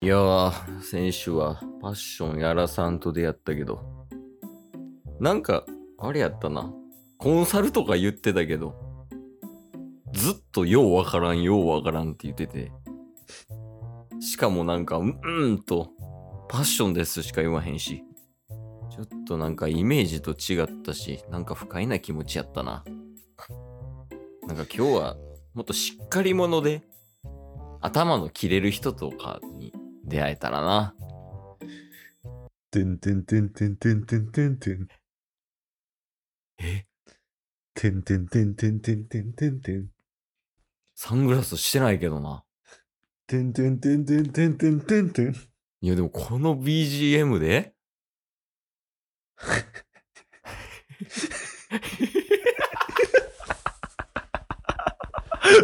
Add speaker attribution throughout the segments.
Speaker 1: いやー、先週はパッションやらさんと出会ったけど、なんか、あれやったな。コンサルとか言ってたけど、ずっとようわからん、ようわからんって言ってて。しかもなんか、うーんと、パッションですしか言わへんし。ちょっとなんかイメージと違ったし、なんか不快な気持ちやったな。なんか今日はもっとしっかり者で、頭の切れる人とかに出会えたらな。
Speaker 2: てんてんてんてんてんてんてんてん。
Speaker 1: え
Speaker 2: てんてんてんてんてんてんてんてん。
Speaker 1: サングラスしてないけどな。
Speaker 2: てんてんてんてんてんてんてんてん。
Speaker 1: いやでもこの BGM で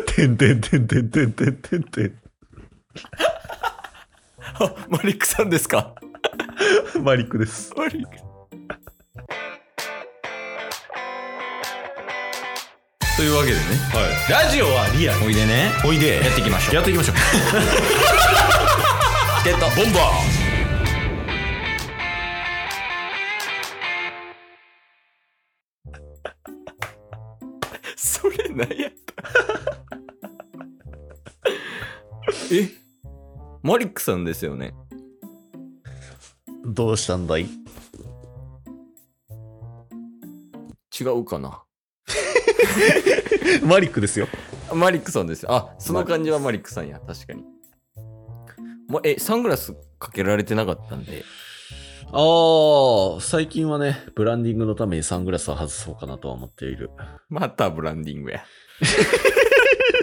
Speaker 2: てんてんてんてんてんてんてんて
Speaker 1: あ、マリックさんですか
Speaker 2: ん。マリックです。
Speaker 1: マリック。というわけでね、
Speaker 2: はい。ラジオはリア
Speaker 1: おいでね、
Speaker 2: おいで
Speaker 1: やっていきましょう。
Speaker 2: っていきましょ う。
Speaker 1: ゲットボンバ ーそれ何やった えマリックさんですよね
Speaker 2: どうしたんだい
Speaker 1: 違うかな
Speaker 2: マリックですよ。
Speaker 1: あマリックさんですよあその感じはマリックさんや確かに、ま、えサングラスかけられてなかったんで
Speaker 2: ああ、最近はね、ブランディングのためにサングラスを外そうかなとは思っている。
Speaker 1: またブランディングや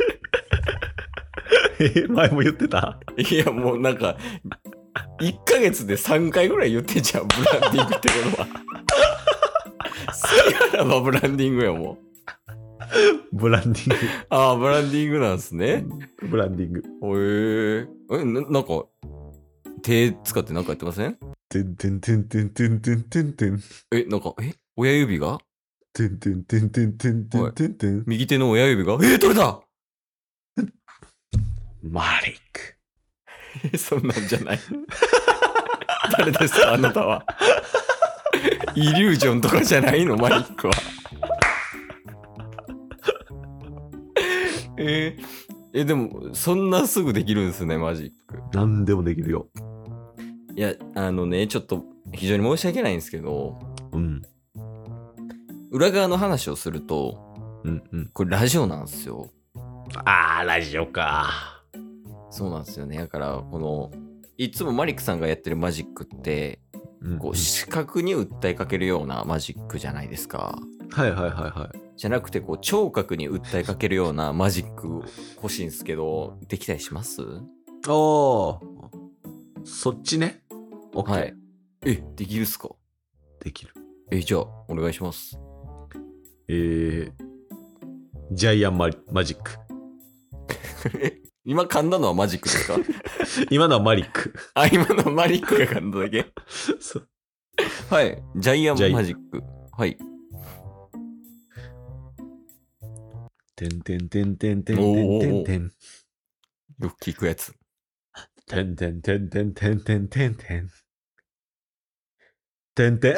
Speaker 2: え、前も言ってた
Speaker 1: いやもうなんか1ヶ月で3回ぐらい言ってんじゃんブランディングってことは。 そやらばブランディングやもう。
Speaker 2: ブランディン
Speaker 1: ああブランディングなんすね。
Speaker 2: グ。ブランディング。
Speaker 1: へええななんか手使ってなんかやってません
Speaker 2: てんてんてんてんてんてんてんてん。
Speaker 1: えなんかえ親指が
Speaker 2: てんてんてんてんてんてんてんてん。
Speaker 1: 右手の親指がえ取れた
Speaker 2: マリック。
Speaker 1: えそんなんじゃない。 誰ですかあなたは。イリュージョンとかじゃないのマリックは。えーえ、でもそんなすぐできるんですねマジック。
Speaker 2: 何でもできるよ。
Speaker 1: いやあのねちょっと非常に申し訳ないんですけど
Speaker 2: うん。
Speaker 1: 裏側の話をすると
Speaker 2: うんうん。
Speaker 1: これラジオなんですよ。
Speaker 2: ああ、ラジオか。
Speaker 1: そうなんですよねだからこのいつもマリックさんがやってるマジックって
Speaker 2: うん
Speaker 1: こう視覚に訴えかけるようなマジックじゃないですか。
Speaker 2: はいはいはいはい。
Speaker 1: じゃなくてこう聴覚に訴えかけるようなマジック欲しいんですけどできたりします
Speaker 2: おーそっちね。オッケー、
Speaker 1: はいえできるっすか
Speaker 2: できる。
Speaker 1: えじゃあお願いします
Speaker 2: えー、ジャイアンマリマジック。
Speaker 1: え今噛んだのはマジックですか
Speaker 2: 今のはマリック。
Speaker 1: あ今のはマリックが噛んだだけ
Speaker 2: そう
Speaker 1: はいジャイア
Speaker 2: ジャ
Speaker 1: ン
Speaker 2: イ
Speaker 1: マジックはい
Speaker 2: てんてんてんてんてんてんてん
Speaker 1: よく聞くやつ
Speaker 2: てん。てんてんてんてんてんてんてん。てんて ん、うっ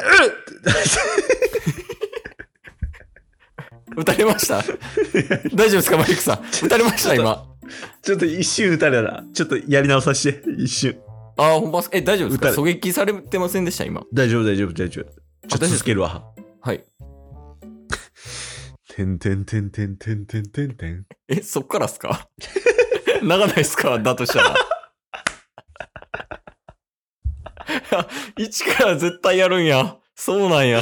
Speaker 1: 打たれました大丈夫ですかマリックさん打たれました今
Speaker 2: ちょっと一瞬打たれた。ちょっとやり直させて。一瞬。
Speaker 1: あほんまっすえ大丈夫ですか
Speaker 2: 打た
Speaker 1: 狙撃されてませんでした今
Speaker 2: 大丈夫大丈夫大丈夫。ちょっと
Speaker 1: 大丈夫
Speaker 2: 続けるわ。
Speaker 1: はい
Speaker 2: てんてんてんてんてんてんてんてん。
Speaker 1: えそっからっすか 長ないっすかだとしたら 一から絶対やるんやそうなんや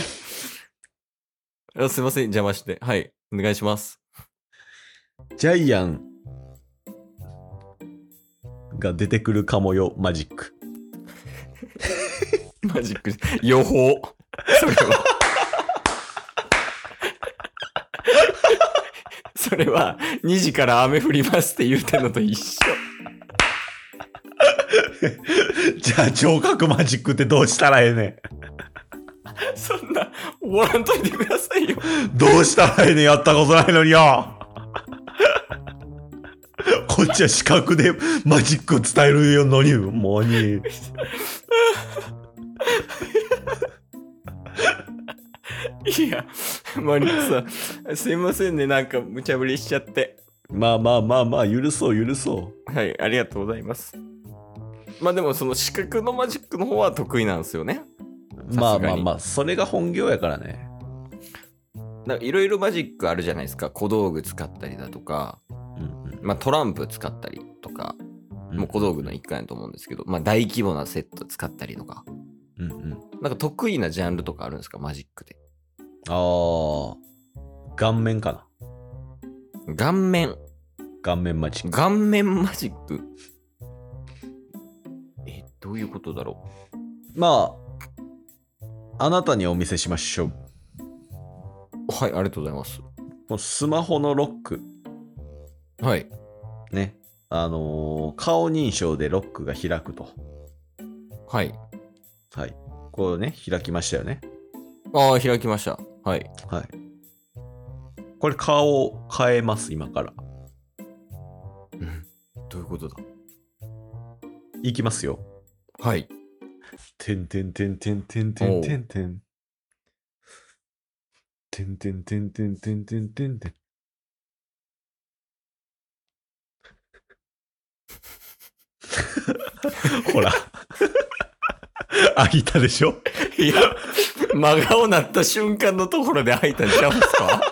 Speaker 1: あすいません邪魔してはいお願いします
Speaker 2: ジャイアンが出てくるかもよ、マジック。
Speaker 1: マジック予報それは それは2時から雨降りますって言うてんのと一緒
Speaker 2: じゃあ、聴覚マジックってどうしたらええねん。
Speaker 1: そんな終わらんといてくださいよ
Speaker 2: どうしたらええねん、やったことないのによ。ここっちは視覚でマジックを伝えるのに、もうに。
Speaker 1: いや、マリックさん、すいませんね、なんか無茶ぶりしちゃって。
Speaker 2: まあまあまあまあ、許そう許そ
Speaker 1: はい、ありがとうございます。まあでも、その視覚のマジックの方は得意なんですよね。
Speaker 2: う。まあ
Speaker 1: さす
Speaker 2: ま
Speaker 1: が
Speaker 2: あ
Speaker 1: に
Speaker 2: まあ、それが本業やからね。
Speaker 1: なんかいろいろマジックあるじゃないですか。小道具使ったりだとか、
Speaker 2: うん
Speaker 1: まあ、トランプ使ったりとか、
Speaker 2: うん
Speaker 1: もう小道具の一環やと思うんですけど、まあ、大規模なセット使ったりとか、
Speaker 2: うんうん。
Speaker 1: なんか得意なジャンルとかあるんですか、マジックで。
Speaker 2: ああ、顔面かな。
Speaker 1: 顔面、
Speaker 2: 顔面マジック。
Speaker 1: 顔面マジック。え、どういうことだろ
Speaker 2: まあ、あなたにお見せしましょう。
Speaker 1: う。はい、ありがとうございます。
Speaker 2: もうスマホのロック。
Speaker 1: はい。
Speaker 2: ね。あのー顔認証でロックが開くと。
Speaker 1: はい。
Speaker 2: はい。こうね、開きましたよね。
Speaker 1: ああ、開きました。はい。
Speaker 2: はい。これ顔を変えます、今から。
Speaker 1: どういうことだ
Speaker 2: いきますよ。
Speaker 1: はい。
Speaker 2: てんてんてんてんてんてんてんてん。てんてんてんてんてんてんてんてん。 ほ ら。あ、いたでしょ
Speaker 1: いや、真顔なった瞬間のところで開いたんちゃうんすか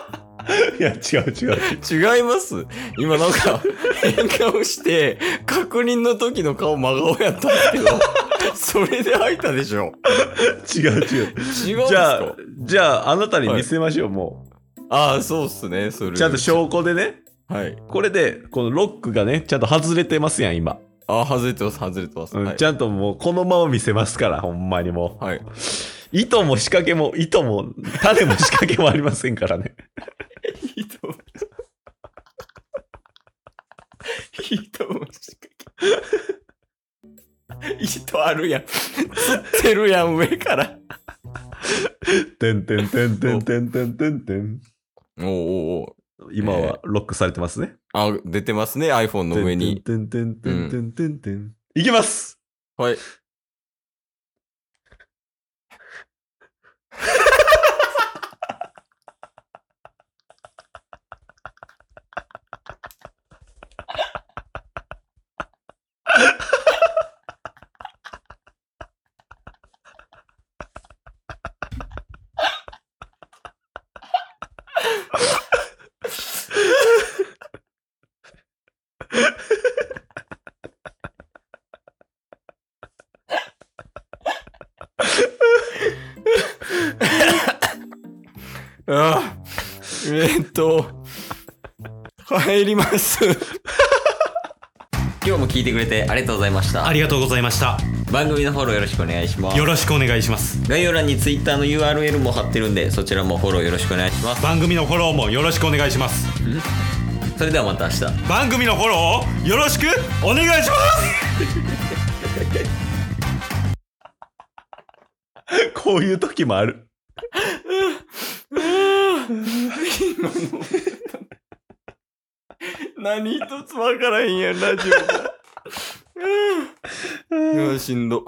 Speaker 2: いや、違う違う。
Speaker 1: 違います今なんか変顔して、確認の時の顔真顔やったんですけど、それで開いたでしょ
Speaker 2: 違う違う。
Speaker 1: 違うんす
Speaker 2: じゃあ
Speaker 1: か、
Speaker 2: じゃあ、あなたに見せましょう、も
Speaker 1: ああ、そうっすね、それ。
Speaker 2: う。ちゃんと証拠でね。
Speaker 1: はい。
Speaker 2: これで、このロックがね、ちゃんと外れてますやん、今。
Speaker 1: ああ、外れてます、外れてます。
Speaker 2: うん
Speaker 1: はい
Speaker 2: ち。ゃんともう、このまま見せますから、ほんまにもう。
Speaker 1: はい、
Speaker 2: 糸も仕掛けも、糸も、種も仕掛けもありませんからね。
Speaker 1: いいと思う。いいと思う。糸あるやん。釣ってるやん、上から。
Speaker 2: てんてんてんてんてんてんてんてん。
Speaker 1: おおお
Speaker 2: 今
Speaker 1: え
Speaker 2: はロックされてますね。
Speaker 1: あ、出てますね、iPhone の上に。
Speaker 2: てんてんてんてんてんてんてん。いきます
Speaker 1: はい。あーえーっと、入ります。今日も聞いてくれてありがとうございました。
Speaker 3: ありがとうございました。
Speaker 1: 番組のフォローよろしくお願いします
Speaker 3: よ。ろしくお願いします。
Speaker 1: 概要欄に Twitter の URL も貼ってるんで、そちらもフォローよろしくお願いします。
Speaker 3: 番組のフォローもよろしくお願いします。
Speaker 1: それではまた明日。
Speaker 3: 番組のフォローをよろしくお願いします
Speaker 2: こういう時もある。
Speaker 1: 何 一つわからへんやん、ラジオが。うんうわしんど。